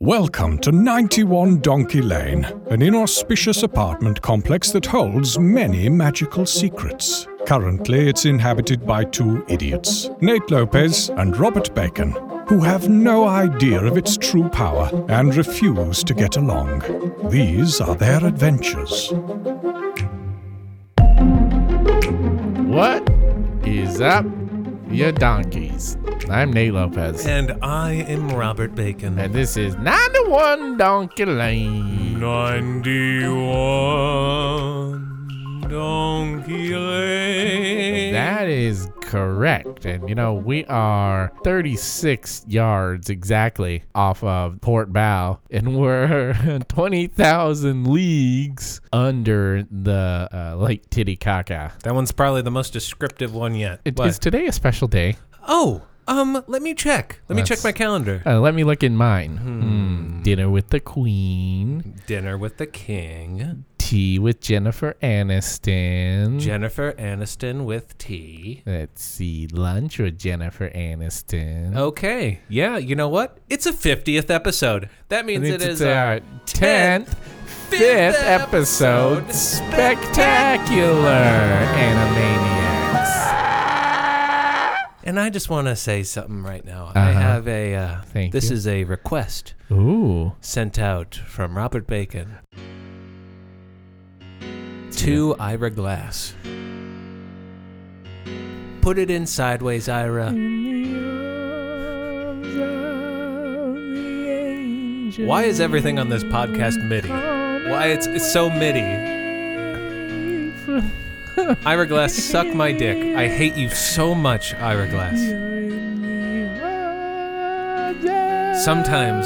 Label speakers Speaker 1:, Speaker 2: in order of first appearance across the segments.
Speaker 1: Welcome to 91 Donkey Lane, an inauspicious apartment complex that holds many magical secrets. Currently, it's inhabited by two idiots, Nate Lopez and Robert Bacon, who have no idea of its true power and refuse to get along. These are their adventures.
Speaker 2: What is up, you donkeys? I'm Nate Lopez,
Speaker 3: And I am Robert Bacon.
Speaker 2: and this is 91 Donkey Lane.
Speaker 3: 91 Donkey Lane.
Speaker 2: That is correct. And you know, we are 36 yards exactly off of Port Bow, and we're 20,000 leagues under the uh, Lake Titicaca.
Speaker 3: That one's probably the most descriptive one yet.
Speaker 2: It-
Speaker 3: What?
Speaker 2: Is today a special day?
Speaker 3: oh, um, let me check. Let me
Speaker 2: Let's-
Speaker 3: check my calendar.
Speaker 2: Uh, let me look in mine. Hmm. Dinner with the Queen,
Speaker 3: Dinner with the King.
Speaker 2: tea with Jennifer Aniston.
Speaker 3: Jennifer Aniston with tea.
Speaker 2: Let's see, lunch with Jennifer Aniston.
Speaker 3: Oh, Okay. Yeah, you know what? It's a 50th episode. That means it is uh, our
Speaker 2: 10th, 5th episode Spectacular Animaniacs.
Speaker 3: And I just want to say something right now. I
Speaker 2: Uh-huh.
Speaker 3: have a uh,
Speaker 2: Thank
Speaker 3: this
Speaker 2: you.
Speaker 3: is a request
Speaker 2: Ooh.
Speaker 3: sent out from Robert Bacon to Ira Glass. Put it in sideways, Ira. Why is everything on this podcast MIDI? Why it's, it's so MIDI? Ira Glass, suck my dick. I hate you so much, Ira Glass. Sometimes,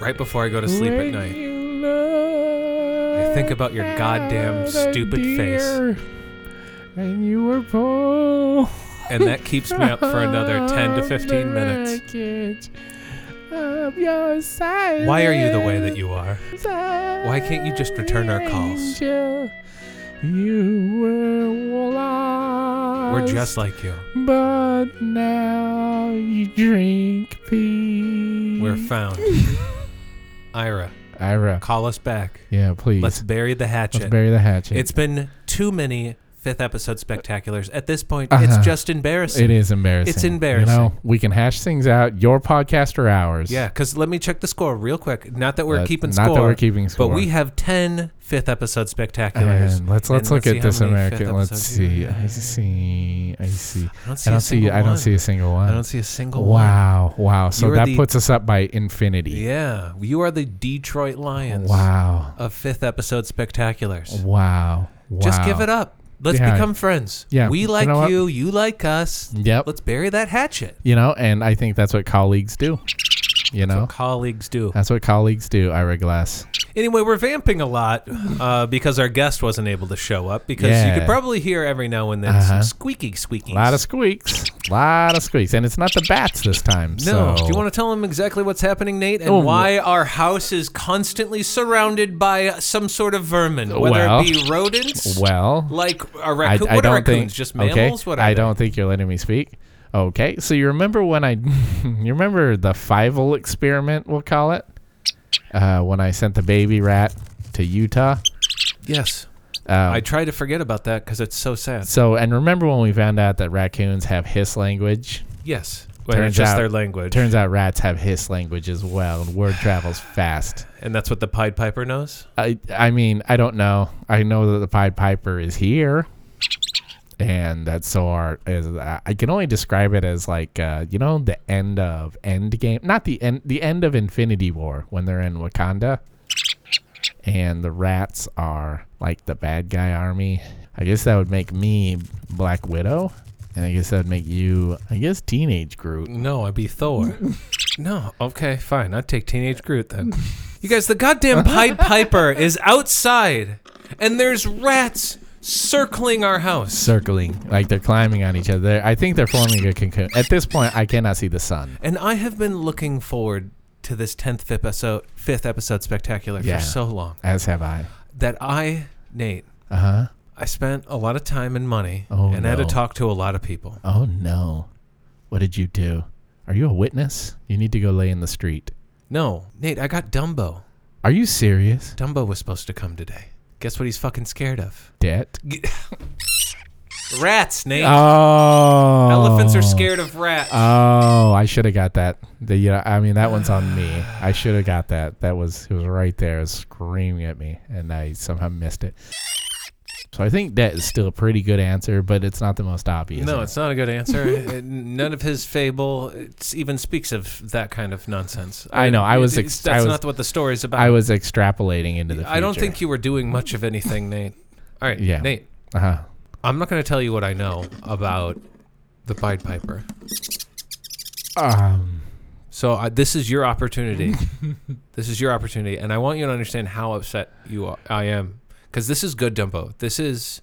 Speaker 3: right before I go to sleep at night,
Speaker 2: I
Speaker 3: I think about your goddamn stupid face,
Speaker 2: And you were poor.
Speaker 3: and that keeps me up for another 10 to 15 minutes. Why are you the way that you are?
Speaker 2: Why
Speaker 3: can't you just return our calls?
Speaker 2: You were lost.
Speaker 3: We're just like you.
Speaker 2: But now you drink pee.
Speaker 3: We're found. Ira,
Speaker 2: Ira.
Speaker 3: call us back.
Speaker 2: Yeah, please.
Speaker 3: Let's bury the hatchet.
Speaker 2: Let's bury the hatchet.
Speaker 3: It's been too many fifth episode spectaculars. At this point,
Speaker 2: Uh-huh.
Speaker 3: it's just embarrassing.
Speaker 2: It is embarrassing.
Speaker 3: It's embarrassing.
Speaker 2: You know, we can hash things out. Your podcast or ours?
Speaker 3: Yeah, because let me check the score real quick. Not that we're
Speaker 2: Let-
Speaker 3: keeping
Speaker 2: not that
Speaker 3: score.
Speaker 2: we're keeping score.
Speaker 3: But we have 10 fifth episode spectaculars.
Speaker 2: And let's let's
Speaker 3: And
Speaker 2: look
Speaker 3: see
Speaker 2: at
Speaker 3: how
Speaker 2: this
Speaker 3: many fifth
Speaker 2: American. Let's
Speaker 3: episodes-
Speaker 2: see. I see. I see.
Speaker 3: I don't
Speaker 2: I
Speaker 3: see a
Speaker 2: don't see.
Speaker 3: single
Speaker 2: I don't
Speaker 3: one.
Speaker 2: see a single one.
Speaker 3: I don't see a single one.
Speaker 2: Wow. Wow. So
Speaker 3: You're
Speaker 2: that
Speaker 3: the-
Speaker 2: puts us up by infinity.
Speaker 3: Yeah, you are the Detroit Lions
Speaker 2: Wow.
Speaker 3: of fifth episode spectaculars.
Speaker 2: Wow. Wow.
Speaker 3: Just give it up. Let's
Speaker 2: Yeah.
Speaker 3: become friends.
Speaker 2: Yeah.
Speaker 3: We
Speaker 2: You
Speaker 3: like you,
Speaker 2: know what?
Speaker 3: you, like us.
Speaker 2: Yep.
Speaker 3: Let's bury that hatchet.
Speaker 2: You know, and I think that's what colleagues do. You know,
Speaker 3: Colleagues do.
Speaker 2: that's what colleagues do. Ira Glass.
Speaker 3: Anyway, we're vamping a lot uh, because our guest wasn't able to show up because
Speaker 2: Yeah.
Speaker 3: you could probably hear every now and then
Speaker 2: Uh-huh.
Speaker 3: some squeaky squeaky.
Speaker 2: A lot of squeaks. A lot of squeaks, and it's not the bats this time. So.
Speaker 3: No. Do you want to tell him exactly what's happening, Nate, and
Speaker 2: Oh,
Speaker 3: why our house is constantly surrounded by some sort of vermin, whether
Speaker 2: Well-
Speaker 3: it be rodents,
Speaker 2: Well,
Speaker 3: like a
Speaker 2: I,
Speaker 3: raccoon?
Speaker 2: I
Speaker 3: what
Speaker 2: don't
Speaker 3: are raccoons?
Speaker 2: think
Speaker 3: Just
Speaker 2: okay,
Speaker 3: mammals? What are
Speaker 2: I
Speaker 3: they?
Speaker 2: don't think you're letting me speak. Okay, so you remember when I, you remember the Fievel experiment, we'll call it, uh, when I sent the baby rat to Utah.
Speaker 3: Yes.
Speaker 2: Um,
Speaker 3: I try to forget about that because it's so sad.
Speaker 2: so and remember when we found out that raccoons have hiss language?
Speaker 3: Yes. Well, it's just their language.
Speaker 2: Turns out rats have hiss language as well, and word travels fast.
Speaker 3: and that's what the Pied Piper knows?
Speaker 2: I I mean I don't know. I know that the Pied Piper is here, and that's so art is uh, I can only describe it as like uh, you know the end of Endgame, not the end the end of Infinity War when they're in Wakanda, and the rats are like the bad guy army. I guess that would make me Black Widow. And I guess that'd make you, I guess, teenage Groot.
Speaker 3: No, I'd be Thor. no, okay, fine. I'd take Teenage Groot then. You guys, the goddamn Pied Piper is outside, and there's rats circling our house.
Speaker 2: Circling, like they're climbing on each other. They're- I think they're forming a cocoon. At this point, I cannot see the sun.
Speaker 3: And I have been looking forward to this 10th fifth episode, fifth episode spectacular
Speaker 2: Yeah.
Speaker 3: for so long
Speaker 2: As have I.
Speaker 3: that I, Nate,
Speaker 2: Uh huh.
Speaker 3: I spent a lot of time and money
Speaker 2: Oh,
Speaker 3: and had to
Speaker 2: no.
Speaker 3: talk to a lot of people.
Speaker 2: Oh no. What did you do? Are you a witness? You need to go lay in the street.
Speaker 3: No, Nate, I got Dumbo.
Speaker 2: Are you serious?
Speaker 3: Dumbo was supposed to come today. Guess what he's fucking scared of?
Speaker 2: Debt?
Speaker 3: Rats, Nate.
Speaker 2: Oh.
Speaker 3: Elephants are scared of rats.
Speaker 2: Oh, I should have got that. The, you know, I mean, that one's on me. I should have got that. That was it was right there, screaming at me, and I somehow missed it. So I think that is still a pretty good answer, but it's not the most obvious.
Speaker 3: no, it's not a good answer. Uh, None of his fable it's, even speaks of that kind of nonsense.
Speaker 2: I know, I was
Speaker 3: It's-
Speaker 2: ex-
Speaker 3: that's
Speaker 2: I was-
Speaker 3: not what the story's about.
Speaker 2: I was extrapolating into the. Future.
Speaker 3: I don't think you were doing much of anything, Nate. All right,
Speaker 2: Yeah.
Speaker 3: Nate.
Speaker 2: Uh huh.
Speaker 3: I'm not going to tell you what I know about the Pied Piper.
Speaker 2: Um,
Speaker 3: So I, this is your opportunity. this is your opportunity, and I want you to understand how upset you are, I am because this is good Dumbo. This is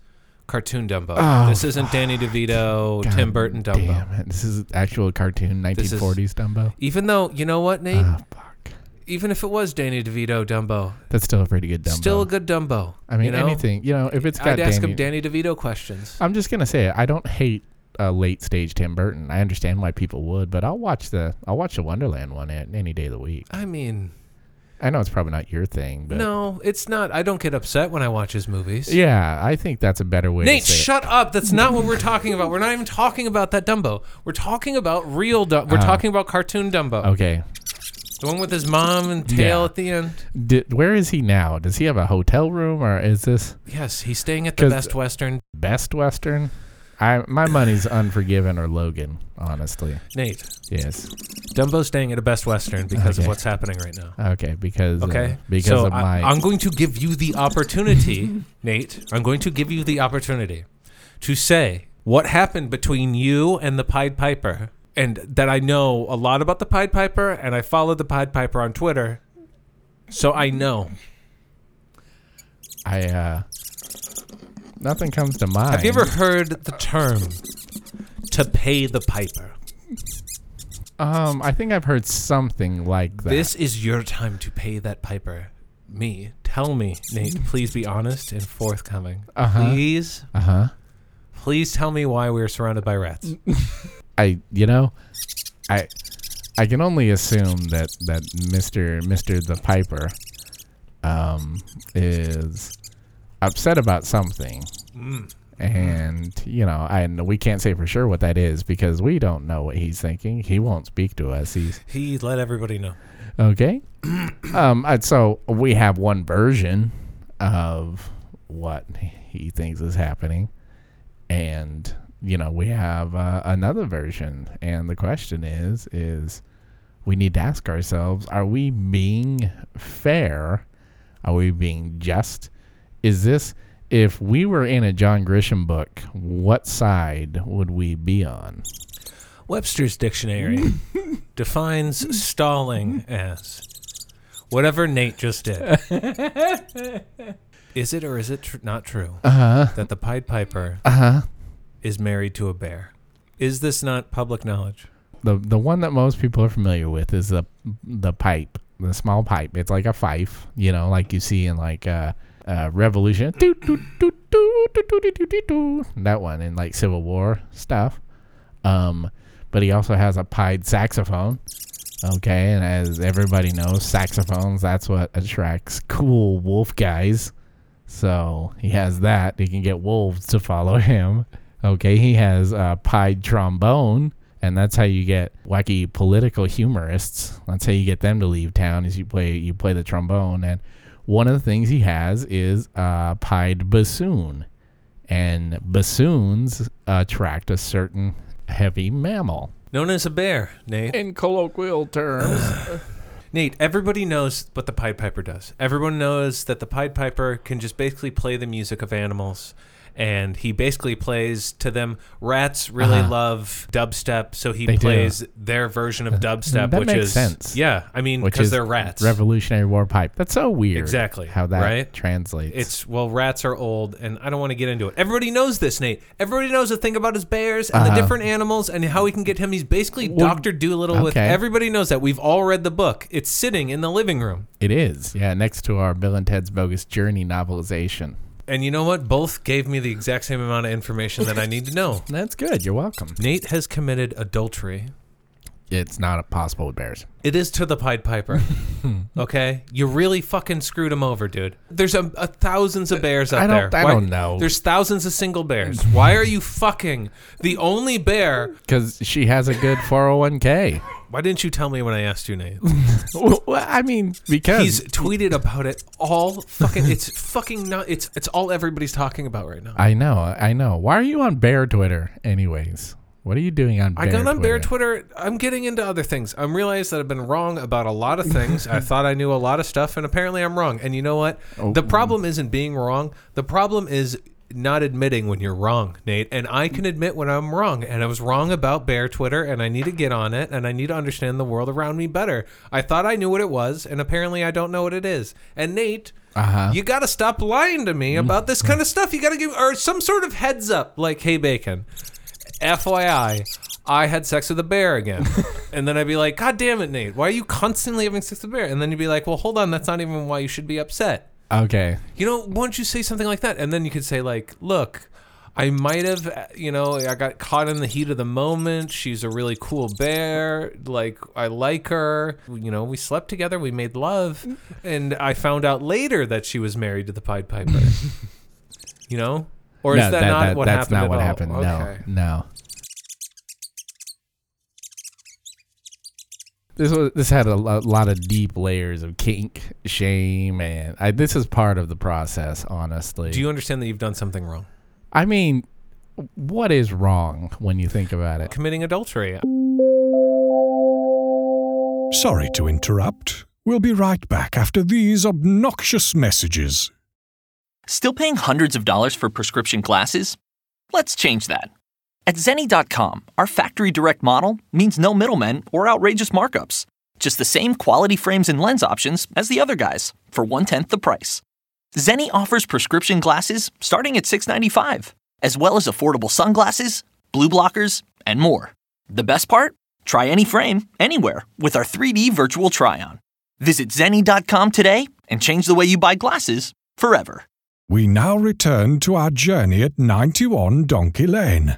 Speaker 3: cartoon Dumbo.
Speaker 2: Oh,
Speaker 3: this isn't Danny DeVito, Tim
Speaker 2: God
Speaker 3: Burton Dumbo.
Speaker 2: Damn it! This is actual cartoon
Speaker 3: This is-
Speaker 2: 1940s Dumbo.
Speaker 3: Even though you know what, Nate.
Speaker 2: Ah, fuck.
Speaker 3: even if it was Danny DeVito Dumbo,
Speaker 2: That's still a pretty good Dumbo.
Speaker 3: still a good Dumbo.
Speaker 2: I mean,
Speaker 3: you know?
Speaker 2: anything. You know, if it's Uh, got
Speaker 3: I'd ask
Speaker 2: Danny-
Speaker 3: him Danny DeVito questions.
Speaker 2: I'm just gonna say it. I don't hate uh, late stage Tim Burton. I understand why people would, but I'll watch the I'll watch the Wonderland one at any day of the week.
Speaker 3: I mean,
Speaker 2: I know it's probably not your thing, but
Speaker 3: no, it's not. I don't get upset when I watch his movies.
Speaker 2: yeah, I think that's a better way.
Speaker 3: Nate,
Speaker 2: to say it.
Speaker 3: shut up. That's not what we're talking about. We're not even talking about that Dumbo. We're talking about real Dumbo. We're
Speaker 2: Ah.
Speaker 3: talking about cartoon Dumbo.
Speaker 2: Okay,
Speaker 3: The one with his mom and
Speaker 2: Oh.
Speaker 3: tail
Speaker 2: Yeah.
Speaker 3: at the end.
Speaker 2: Did, where is he now? Does he have a hotel room or is this
Speaker 3: Yes, he's staying at the
Speaker 2: 'Cause-
Speaker 3: Best Western.
Speaker 2: Best Western? I my money's Unforgiven or Logan, honestly.
Speaker 3: Nate,
Speaker 2: Yes.
Speaker 3: Dumbo's staying at a Best Western because of
Speaker 2: Okay.
Speaker 3: what's happening right now.
Speaker 2: Okay, because uh,
Speaker 3: Okay.
Speaker 2: because
Speaker 3: so
Speaker 2: of my
Speaker 3: I, am going to give you the opportunity, Nate. I'm going to give you the opportunity to say what happened between you and the Pied Piper, and that I know a lot about the Pied Piper, and I followed the Pied Piper on Twitter, so I know.
Speaker 2: I uh nothing comes to mind.
Speaker 3: Have you ever heard the term "to pay the piper"?
Speaker 2: Um, I think I've heard something like that.
Speaker 3: This is your time to pay that piper. Me, tell me, Nate. Please be honest and forthcoming.
Speaker 2: Uh-huh.
Speaker 3: Please,
Speaker 2: Uh huh.
Speaker 3: please tell me why we are surrounded by rats.
Speaker 2: I you know, I I can only assume that that Mister Mister the Piper, um, is upset about something,
Speaker 3: Mm.
Speaker 2: and you know, I and we can't say for sure what that is because we don't know what he's thinking. He won't speak to us. He's
Speaker 3: He let everybody know.
Speaker 2: Okay. um, and so we have one version of what he thinks is happening, and you know we have uh, another version. And the question is, is we need to ask ourselves: Are we being fair? Are we being just? Is this if we were in a John Grisham book, what side would we be on?
Speaker 3: Webster's dictionary defines stalling as whatever Nate just did. is it or is it tr- not true
Speaker 2: Uh-huh.
Speaker 3: that the Pied Piper is married to a bear? Is this not public knowledge?
Speaker 2: the the one that most people are familiar with is the the pipe, the small pipe. It's like a fife, you know, like you see in like uh, uh Revolution, Doot, doot, doot, doot, doot, doot, doot, doot, doot, doot. that one, and like Civil War stuff. Um, but he also has a pied saxophone. Okay, and as everybody knows, saxophones that's what attracts cool wolf guys. So he has that. He can get wolves to follow him. Okay, he has a pied trombone, and that's how you get wacky political humorists. That's how you get them to leave town is you play you play the trombone. And one of the things he has is a pied bassoon, and bassoons attract a certain heavy mammal.
Speaker 3: Known as a bear, Nate.
Speaker 2: In colloquial terms,
Speaker 3: Nate, everybody knows what the Pied Piper does. Everyone knows that the Pied Piper can just basically play the music of animals and he basically plays to them. Rats really love dubstep, so he
Speaker 2: Uh-huh. They do. Uh,
Speaker 3: plays their version of dubstep,
Speaker 2: that
Speaker 3: which
Speaker 2: makes
Speaker 3: is
Speaker 2: sense.
Speaker 3: yeah. I mean,
Speaker 2: which
Speaker 3: because
Speaker 2: is
Speaker 3: they're rats.
Speaker 2: Revolutionary War pipe. That's so weird.
Speaker 3: Exactly,
Speaker 2: How that
Speaker 3: right?
Speaker 2: translates.
Speaker 3: It's well, rats are old, and I don't want to get into it. Everybody knows this, Nate. Everybody knows the thing about his bears and
Speaker 2: Uh-huh.
Speaker 3: the different animals and how he can get him. He's basically Doctor Doolittle with.
Speaker 2: okay.
Speaker 3: Everybody knows that. We've all read the book. It's sitting in the living room,
Speaker 2: it is. Yeah, next to our Bill and Ted's Bogus Journey novelization.
Speaker 3: and you know what? Both gave me the exact same amount of information that I need to know.
Speaker 2: That's good. You're welcome.
Speaker 3: Nate has committed adultery.
Speaker 2: It's not possible with bears.
Speaker 3: It is to the Pied Piper. okay, you really fucking screwed him over, dude. There's a, a thousands of bears out
Speaker 2: I don't-
Speaker 3: there.
Speaker 2: I don't know.
Speaker 3: There's thousands of single bears. Why are you fucking the only bear?
Speaker 2: Because she has a good 401k.
Speaker 3: Why didn't you tell me when I asked you, Nate?
Speaker 2: well, I mean, because
Speaker 3: He's tweeted about it all fucking. It's fucking not. It's it's all everybody's talking about right now.
Speaker 2: I know, I know. Why are you on bear Twitter, anyways? What are you doing on?
Speaker 3: I
Speaker 2: bear
Speaker 3: got on
Speaker 2: Twitter?
Speaker 3: Bear Twitter. I'm getting into other things. I'm realized that I've been wrong about a lot of things. I thought I knew a lot of stuff, and apparently I'm wrong. And you know what? The problem isn't being wrong. The problem is not admitting when you're wrong, Nate. And I can admit when I'm wrong. And I was wrong about Bear Twitter, and I need to get on it, and I need to understand the world around me better. I thought I knew what it was, and apparently I don't know what it is. And Nate. You gotta stop lying to me about this kind of stuff. You gotta give or some sort of heads up, like, "Hey, Bacon, FYI, I had sex with a bear again. and then I'd be like, God damn it, Nate. Why are you constantly having sex with a bear? And then you'd be like, well, hold on. That's not even why you should be upset.
Speaker 2: Okay,
Speaker 3: You know, why don't you say something like that? And then you could say, like, look, I might have, uh, you know, I got caught in the heat of the moment. She's a really cool bear. Like, I like her. You know, we slept together. We made love. And I found out later that she was married to the Pied Piper. you know? Or is
Speaker 2: No,
Speaker 3: that,
Speaker 2: that-
Speaker 3: not
Speaker 2: that-
Speaker 3: what
Speaker 2: that's
Speaker 3: happened?
Speaker 2: not
Speaker 3: at
Speaker 2: what
Speaker 3: all?
Speaker 2: happened.
Speaker 3: Okay.
Speaker 2: No, no. This was this had a lo- lot of deep layers of kink, shame, and I, this is part of the process. Honestly,
Speaker 3: Do you understand that you've done something wrong?
Speaker 2: I mean, what is wrong when you think about it?
Speaker 3: Committing adultery.
Speaker 1: Sorry to interrupt. We'll be right back after these obnoxious messages.
Speaker 4: Still paying hundreds of dollars for prescription glasses? Let's change that. At Zenni.com, our factory direct model means no middlemen or outrageous markups. Just the same quality frames and lens options as the other guys for one tenth the price. Zenni offers prescription glasses starting at $6.95, as well as affordable sunglasses, blue blockers, and more. The best part? Try any frame, anywhere, with our 3D virtual try on. Visit Zenni.com today and change the way you buy glasses forever.
Speaker 1: We now return to our journey at 91 Donkey Lane.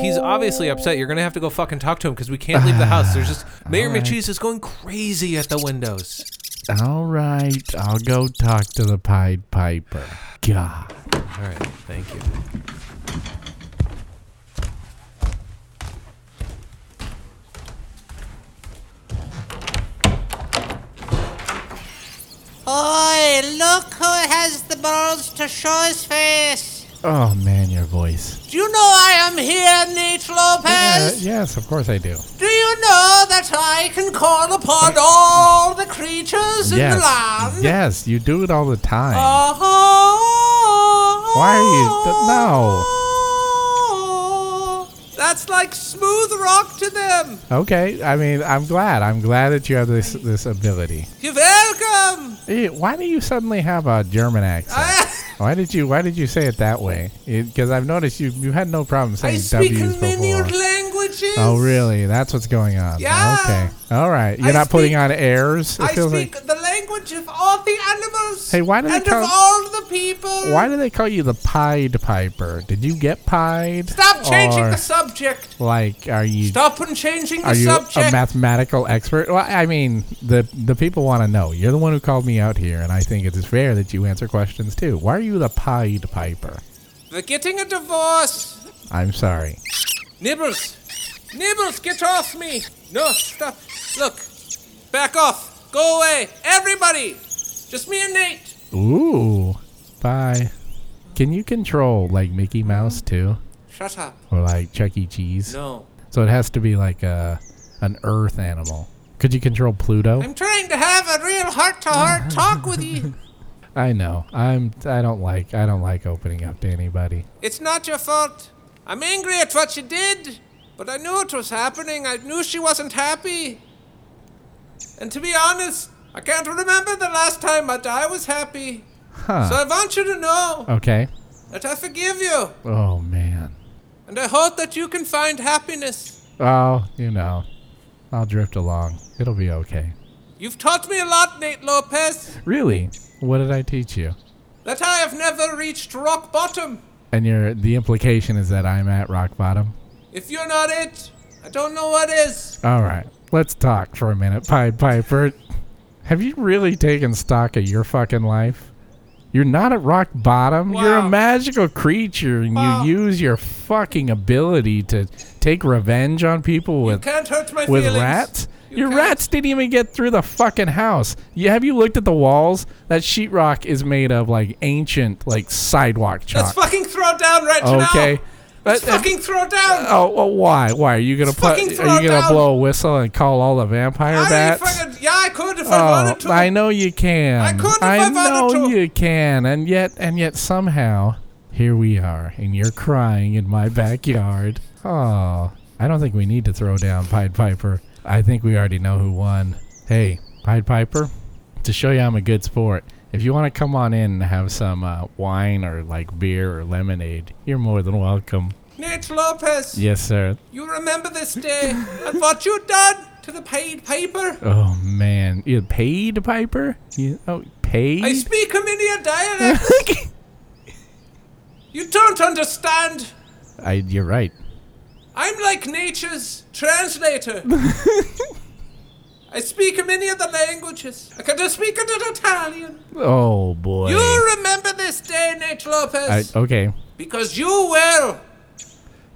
Speaker 3: He's obviously upset. You're gonna have to go fucking talk to him because we can't leave the house. There's just Mayor
Speaker 2: All right.
Speaker 3: Michie's is going crazy at the windows.
Speaker 2: All right, I'll go talk to the Pied Piper. God.
Speaker 3: All right, thank you.
Speaker 5: Oi, look who has the balls to show his face.
Speaker 2: Oh man, your voice.
Speaker 5: Do you know I am here, Nate
Speaker 2: Uh,
Speaker 5: Lopez?
Speaker 2: yes, of course I do.
Speaker 5: Do you know that I can call upon all the creatures in the
Speaker 2: Yes,
Speaker 5: land?
Speaker 2: yes, you do it all the time.
Speaker 5: Oh.
Speaker 2: Why are you? Th- no.
Speaker 5: That's like smooth rock to them.
Speaker 2: Okay. I mean, I'm glad. I'm glad that you have this this ability.
Speaker 5: You're welcome.
Speaker 2: Eh, Why do you suddenly have a German
Speaker 5: Ah!
Speaker 2: accent? Why did you Why did you say it that way? Because I've noticed you you had no problem
Speaker 5: I
Speaker 2: saying
Speaker 5: speak
Speaker 2: W's before.
Speaker 5: minute languages.
Speaker 2: Oh really? That's what's going on.
Speaker 5: Yeah.
Speaker 2: Okay. All right. You're
Speaker 5: I
Speaker 2: not putting
Speaker 5: speak-
Speaker 2: on airs. It
Speaker 5: I
Speaker 2: feels
Speaker 5: speak the language of all the animals.
Speaker 2: Hey, why do they
Speaker 5: and
Speaker 2: call-
Speaker 5: of all the people?
Speaker 2: like. Why do they call you the Pied Piper? Did you get pied?
Speaker 5: Stop changing
Speaker 2: Or,
Speaker 5: the subject.
Speaker 2: like, are you
Speaker 5: Stop and changing the
Speaker 2: Are you
Speaker 5: subject.
Speaker 2: a mathematical expert? Well, I mean, the the people want to know. You're the one who called me out here, and I think it is fair that you answer questions too. Why are you the Pied Piper?
Speaker 5: We're getting a divorce.
Speaker 2: I'm sorry.
Speaker 5: Nibbles, Nibbles, get off me. No, stop. Look, back off. Go away, everybody. Just me and Nate.
Speaker 2: Ooh, bye. Can you control like Mickey Mouse too,
Speaker 5: Shut up.
Speaker 2: or like Chuck E. Cheese?
Speaker 5: No.
Speaker 2: So it has to be like a an Earth animal. Could you control Pluto?
Speaker 5: I'm trying to have a real heart-to-heart talk with you.
Speaker 2: I know. I'm. I don't like. I don't like opening up to anybody.
Speaker 5: It's not your fault. I'm angry at what she did, but I knew it was happening. I knew she wasn't happy. And to be honest, I can't remember the last time that I was happy.
Speaker 2: Huh.
Speaker 5: So I want you to know
Speaker 2: okay.
Speaker 5: that I forgive you,
Speaker 2: Oh man.
Speaker 5: and I hope that you can find happiness.
Speaker 2: Oh, you know, I'll drift along. It'll be okay.
Speaker 5: You've taught me a lot, Nate Lopez,
Speaker 2: Really? What did I teach you?
Speaker 5: that I have never reached rock bottom.
Speaker 2: And your the implication is that I'm at rock bottom.
Speaker 5: If you're not it, I don't know what is.
Speaker 2: All right, let's talk for a minute, Pied Piper. Have you really taken stock of your fucking life? You're not at rock bottom. You're a
Speaker 5: Wow.
Speaker 2: magical creature, and
Speaker 5: Wow.
Speaker 2: you use your fucking ability to take revenge on people
Speaker 5: You
Speaker 2: with
Speaker 5: can't hurt my
Speaker 2: with
Speaker 5: feelings.
Speaker 2: rats.
Speaker 5: You
Speaker 2: your
Speaker 5: can't.
Speaker 2: rats didn't even get through the fucking house. You, have you looked at the walls? That sheetrock is made of like ancient, like sidewalk
Speaker 5: Let's
Speaker 2: chalk.
Speaker 5: fucking throw down right now.
Speaker 2: okay.
Speaker 5: Let's
Speaker 2: That- that-
Speaker 5: fucking throw down.
Speaker 2: Oh, well, why? Why are you gonna put? Are
Speaker 5: fucking
Speaker 2: you
Speaker 5: throw
Speaker 2: gonna
Speaker 5: down.
Speaker 2: blow a whistle and call all the vampire
Speaker 5: I
Speaker 2: bats?
Speaker 5: fucking- yeah, I could if I
Speaker 2: Oh,
Speaker 5: wanted to.
Speaker 2: I know you can.
Speaker 5: I could if I
Speaker 2: know
Speaker 5: wanted to.
Speaker 2: you can, and yet, and yet, somehow, here we are, and you're crying in my backyard. Oh, I don't think we need to throw down Pied Piper. I think we already know who won. Hey, Pied Piper, to show you I'm a good sport. If you want to come on in and have some uh, wine or like beer or lemonade, you're more than welcome.
Speaker 5: Nate Lopez,
Speaker 2: Yes, sir.
Speaker 5: you remember this day and what you done to the paid paper?
Speaker 2: Oh man, you paid Piper? You, oh, paid?
Speaker 5: I speak Comedia dialect. you don't understand.
Speaker 2: I, you're right.
Speaker 5: I'm like nature's translator. I speak many of the languages. I can just speak a little Italian.
Speaker 2: Oh boy.
Speaker 5: You remember this day, Nate
Speaker 2: I,
Speaker 5: Lopez,
Speaker 2: okay.
Speaker 5: because you will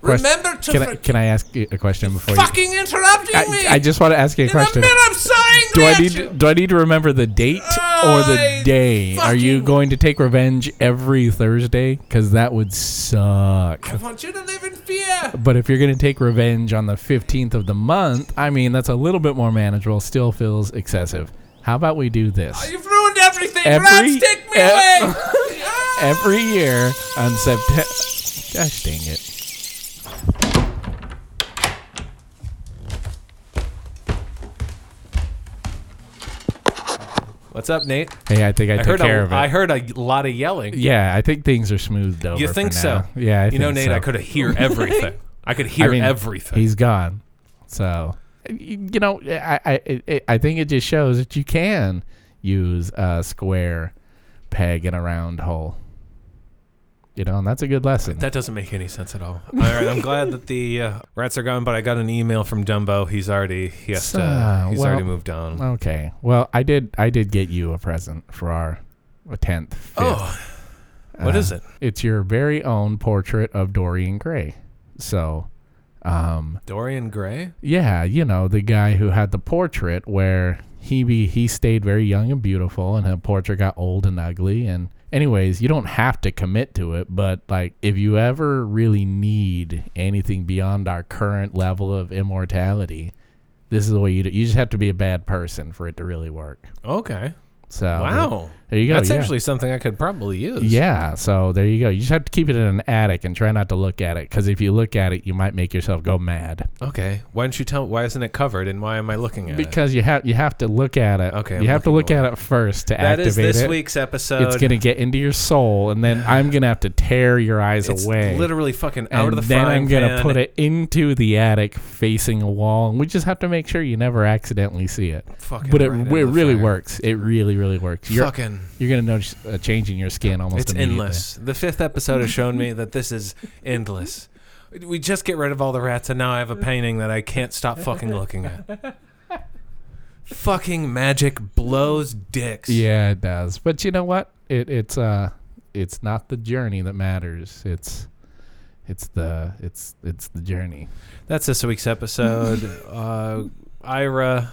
Speaker 2: Quest-
Speaker 5: remember to
Speaker 2: can I,
Speaker 5: forg-
Speaker 2: can I ask you a question before you?
Speaker 5: fucking interrupting
Speaker 2: I,
Speaker 5: me.
Speaker 2: I just want to ask you a
Speaker 5: In a
Speaker 2: question.
Speaker 5: minute, I'm so angry
Speaker 2: Do I
Speaker 5: at
Speaker 2: need
Speaker 5: you.
Speaker 2: do I need to remember the date or the
Speaker 5: I
Speaker 2: day? Are you
Speaker 5: fucking-
Speaker 2: going to take revenge every Thursday? Because that would suck.
Speaker 5: I want you to live in fear.
Speaker 2: But if you're going to take revenge on the 15th of the month, I mean that's a little bit more manageable. Still feels excessive. How about we do this?
Speaker 5: You've ruined everything.
Speaker 2: Every-
Speaker 5: Rats, take me
Speaker 2: ev-
Speaker 5: away. Ah!
Speaker 2: Every year on September. Gosh dang it.
Speaker 3: What's up, Nate?
Speaker 2: Hey, I think I,
Speaker 3: I
Speaker 2: took
Speaker 3: heard
Speaker 2: care
Speaker 3: a,
Speaker 2: of it.
Speaker 3: I heard a lot of yelling.
Speaker 2: Yeah, I think things are smoothed over.
Speaker 3: You
Speaker 2: for
Speaker 3: think
Speaker 2: now.
Speaker 3: so?
Speaker 2: Yeah, I
Speaker 3: you know,
Speaker 2: think
Speaker 3: Nate,
Speaker 2: so.
Speaker 3: I could hear everything. I could hear
Speaker 2: I mean,
Speaker 3: everything.
Speaker 2: He's gone. So, you know, I I it- I think it just shows that you can use a square peg in a round hole. You know, and that's a good lesson.
Speaker 3: That doesn't make any sense at all. All right, I'm glad that the uh, rats are gone, but I got an email from Dumbo. He's already he has to,
Speaker 2: Ah,
Speaker 3: he's
Speaker 2: well-
Speaker 3: already moved on.
Speaker 2: okay. Well, I did I did get you a present for our 10th. 5th.
Speaker 3: oh, what is it?
Speaker 2: It's your very own portrait of Dorian Gray. So, um
Speaker 3: Dorian Gray?
Speaker 2: Yeah, you know, the guy who had the portrait where he be, he stayed very young and beautiful and her portrait got old and ugly and anyways, you don't have to commit to it, but like if you ever really need anything beyond our current level of immortality, this is the way you do. You just have to be a bad person for it to really work.
Speaker 3: Okay.
Speaker 2: So
Speaker 3: Wow.
Speaker 2: There you go,
Speaker 3: That's
Speaker 2: yeah.
Speaker 3: actually something I could probably use.
Speaker 2: Yeah, so there you go. You just have to keep it in an attic and try not to look at it because if you look at it, you might make yourself go mad.
Speaker 3: Okay. Why don't you tell? Why isn't it covered? And why am I looking at it?
Speaker 2: Because you have you have to look at it.
Speaker 3: Okay,
Speaker 2: You
Speaker 3: I'm
Speaker 2: have to look
Speaker 3: looking
Speaker 2: at it first to
Speaker 3: That
Speaker 2: activate
Speaker 3: is this uh,
Speaker 2: it.
Speaker 3: week's episode.
Speaker 2: It's gonna get into your soul, and then I'm gonna have to tear your eyes
Speaker 3: It's
Speaker 2: away.
Speaker 3: literally fucking
Speaker 2: and
Speaker 3: out of the
Speaker 2: then
Speaker 3: frying
Speaker 2: I'm gonna
Speaker 3: pan.
Speaker 2: put it into the attic, facing a wall, and we just have to make sure you never accidentally see it.
Speaker 3: Fucking
Speaker 2: but it,
Speaker 3: right
Speaker 2: it
Speaker 3: into the
Speaker 2: really
Speaker 3: fire.
Speaker 2: works. It really, really works. You're,
Speaker 3: Fucking.
Speaker 2: you're gonna notice a change in your skin almost.
Speaker 3: It's
Speaker 2: immediately.
Speaker 3: endless. The fifth episode has shown me that this is endless. We just get rid of all the rats, and now I have a painting that I can't stop fucking looking at. fucking magic blows dicks.
Speaker 2: Yeah, it does. But you know what? It it's uh it's not the journey that matters. It's it's the it's it's the journey.
Speaker 3: That's this week's episode. uh, Ira,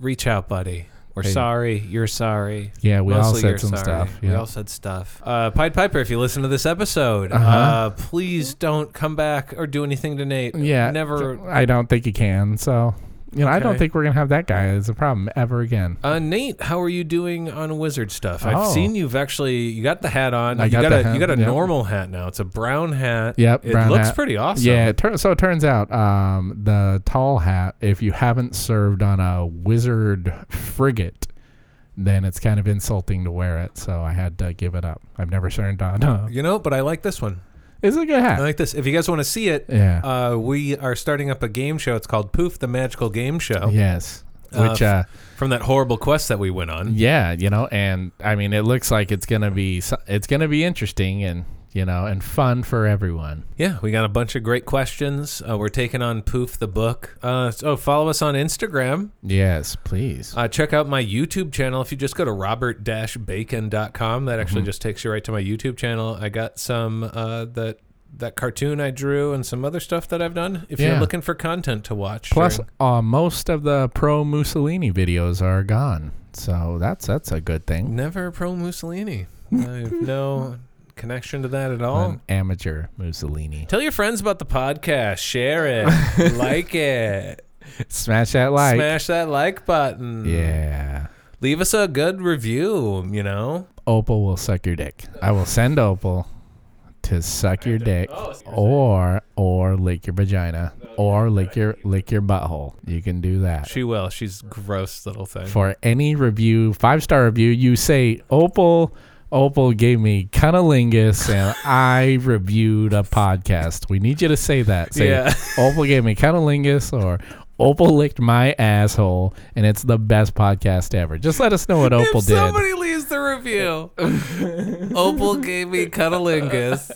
Speaker 3: reach out, buddy. We're
Speaker 2: Hey.
Speaker 3: sorry. You're sorry.
Speaker 2: Yeah, we all
Speaker 3: Mostly
Speaker 2: said
Speaker 3: you're
Speaker 2: some
Speaker 3: sorry.
Speaker 2: stuff,
Speaker 3: We
Speaker 2: yeah.
Speaker 3: all said stuff. Uh, Pied Piper, if you listen to this episode, uh
Speaker 2: Uh-huh.
Speaker 3: please don't come back or do anything to Nate.
Speaker 2: Yeah.
Speaker 3: Never.
Speaker 2: I don't think you can. So You know, I don't
Speaker 3: Okay.
Speaker 2: think we're gonna have that guy as a problem ever again.
Speaker 3: Uh, Nate, how are you doing on wizard stuff? I've
Speaker 2: Oh.
Speaker 3: seen you've actually you got the hat on.
Speaker 2: I
Speaker 3: you
Speaker 2: got
Speaker 3: got,
Speaker 2: the
Speaker 3: a
Speaker 2: hat,
Speaker 3: you got a
Speaker 2: yep.
Speaker 3: normal hat now. It's a brown hat.
Speaker 2: Yep,
Speaker 3: it
Speaker 2: brown
Speaker 3: looks
Speaker 2: hat.
Speaker 3: pretty awesome.
Speaker 2: Yeah. it Tur- so it turns out um, the tall hat. If you haven't served on a wizard frigate, then it's kind of insulting to wear it. So I had to give it up. I've never served on. A,
Speaker 3: you know, but I like this one.
Speaker 2: it's a good
Speaker 3: I
Speaker 2: hat.
Speaker 3: like this. If you guys want to see it,
Speaker 2: Yeah.
Speaker 3: uh, we are starting up a game show. It's called Poof the Magical Game Show.
Speaker 2: yes.
Speaker 3: Uh,
Speaker 2: Which uh,
Speaker 3: From that horrible quest that we went on.
Speaker 2: Yeah, you know, and I mean, it looks like it's gonna be so- it's gonna be interesting and you know and fun for everyone.
Speaker 3: Yeah, we got a bunch of great questions. Uh, we're taking on Poof the book. Uh, so follow us on Instagram.
Speaker 2: Yes, please.
Speaker 3: Uh, check out my YouTube channel. If you just go to robert-bacon.com, that
Speaker 2: Mm-hmm.
Speaker 3: actually just takes you right to my YouTube channel. I got some uh, that that cartoon I drew and some other stuff that I've done. If you're
Speaker 2: Yeah.
Speaker 3: looking for content to watch,
Speaker 2: Plus,
Speaker 3: during-
Speaker 2: uh, most of the pro Mussolini videos are gone, so that's that's a good thing.
Speaker 3: never pro Mussolini. I have no connection to that at all.
Speaker 2: An amateur Mussolini.
Speaker 3: Tell your friends about the podcast. Share it. like it.
Speaker 2: Smash that like.
Speaker 3: Smash that like button.
Speaker 2: Yeah.
Speaker 3: Leave us a good review. You know.
Speaker 2: Opal will suck your dick. I will send Opal to suck your dick, or or lick your vagina, or lick your lick your butthole. You can do that.
Speaker 3: She will. She's a gross little thing.
Speaker 2: for any review, five star review, you say Opal. Opal gave me cunnilingus, and I reviewed a podcast. We need you to say that. Say,
Speaker 3: Yeah.
Speaker 2: Opal gave me cunnilingus, or Opal licked my asshole, and it's the best podcast ever. Just let us know what Opal
Speaker 3: if
Speaker 2: did.
Speaker 3: somebody leaves the review, Opal gave me cunnilingus.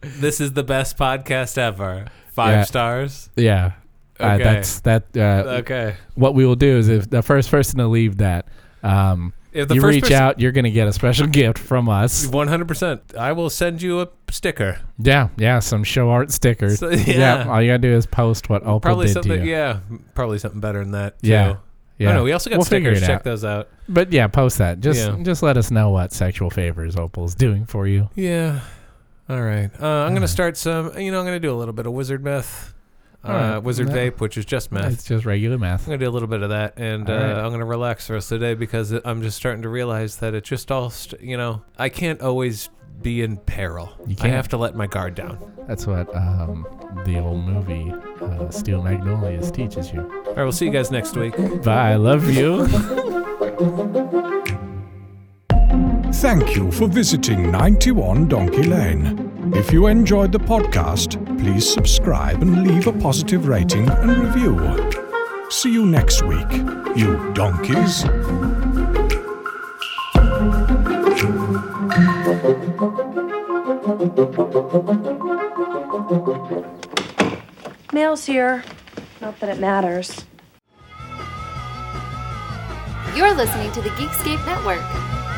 Speaker 3: This is the best podcast ever. Five
Speaker 2: Yeah.
Speaker 3: stars.
Speaker 2: yeah. Uh,
Speaker 3: Okay.
Speaker 2: that's that. Uh,
Speaker 3: Okay.
Speaker 2: What we will do is if the first person to leave that, um,
Speaker 3: If the
Speaker 2: you
Speaker 3: first
Speaker 2: reach
Speaker 3: person-
Speaker 2: out, you're going to get a special gift from us.
Speaker 3: One hundred percent. I will send you a sticker.
Speaker 2: Yeah, yeah, some show art stickers.
Speaker 3: So-
Speaker 2: yeah.
Speaker 3: yeah.
Speaker 2: all you gotta do is post what Opal
Speaker 3: Probably
Speaker 2: did
Speaker 3: something.
Speaker 2: to you.
Speaker 3: Yeah. Probably something better than that. Too.
Speaker 2: Yeah.
Speaker 3: I don't know. We also got
Speaker 2: We'll figure
Speaker 3: stickers.
Speaker 2: it
Speaker 3: Check
Speaker 2: out.
Speaker 3: those out.
Speaker 2: But yeah, post that. Just
Speaker 3: Yeah.
Speaker 2: just let us know what sexual favors Opal's doing for you.
Speaker 3: Yeah. All right. Uh, I'm gonna start some. You know, I'm gonna do a little bit of wizard meth, uh,
Speaker 2: All right.
Speaker 3: wizard
Speaker 2: Yeah.
Speaker 3: vape, which is just meth.
Speaker 2: It's just regular math.
Speaker 3: I'm gonna do a little bit of that, and uh,
Speaker 2: All right.
Speaker 3: I'm gonna relax the rest of the day because it- I'm just starting to realize that it just all, st- you know, I can't always be in peril.
Speaker 2: You
Speaker 3: I
Speaker 2: can't.
Speaker 3: have to let my guard down.
Speaker 2: That's what um, the old movie uh, Steel Magnolias teaches you.
Speaker 3: All right, we'll see you guys next week.
Speaker 2: Bye, I love you.
Speaker 1: Thank you for visiting 91 Donkey Lane. If you enjoyed the podcast, please subscribe and leave a positive rating and review. See you next week, you donkeys.
Speaker 6: Mail's here. Not that it matters.
Speaker 7: You're listening to the Geekscape Network.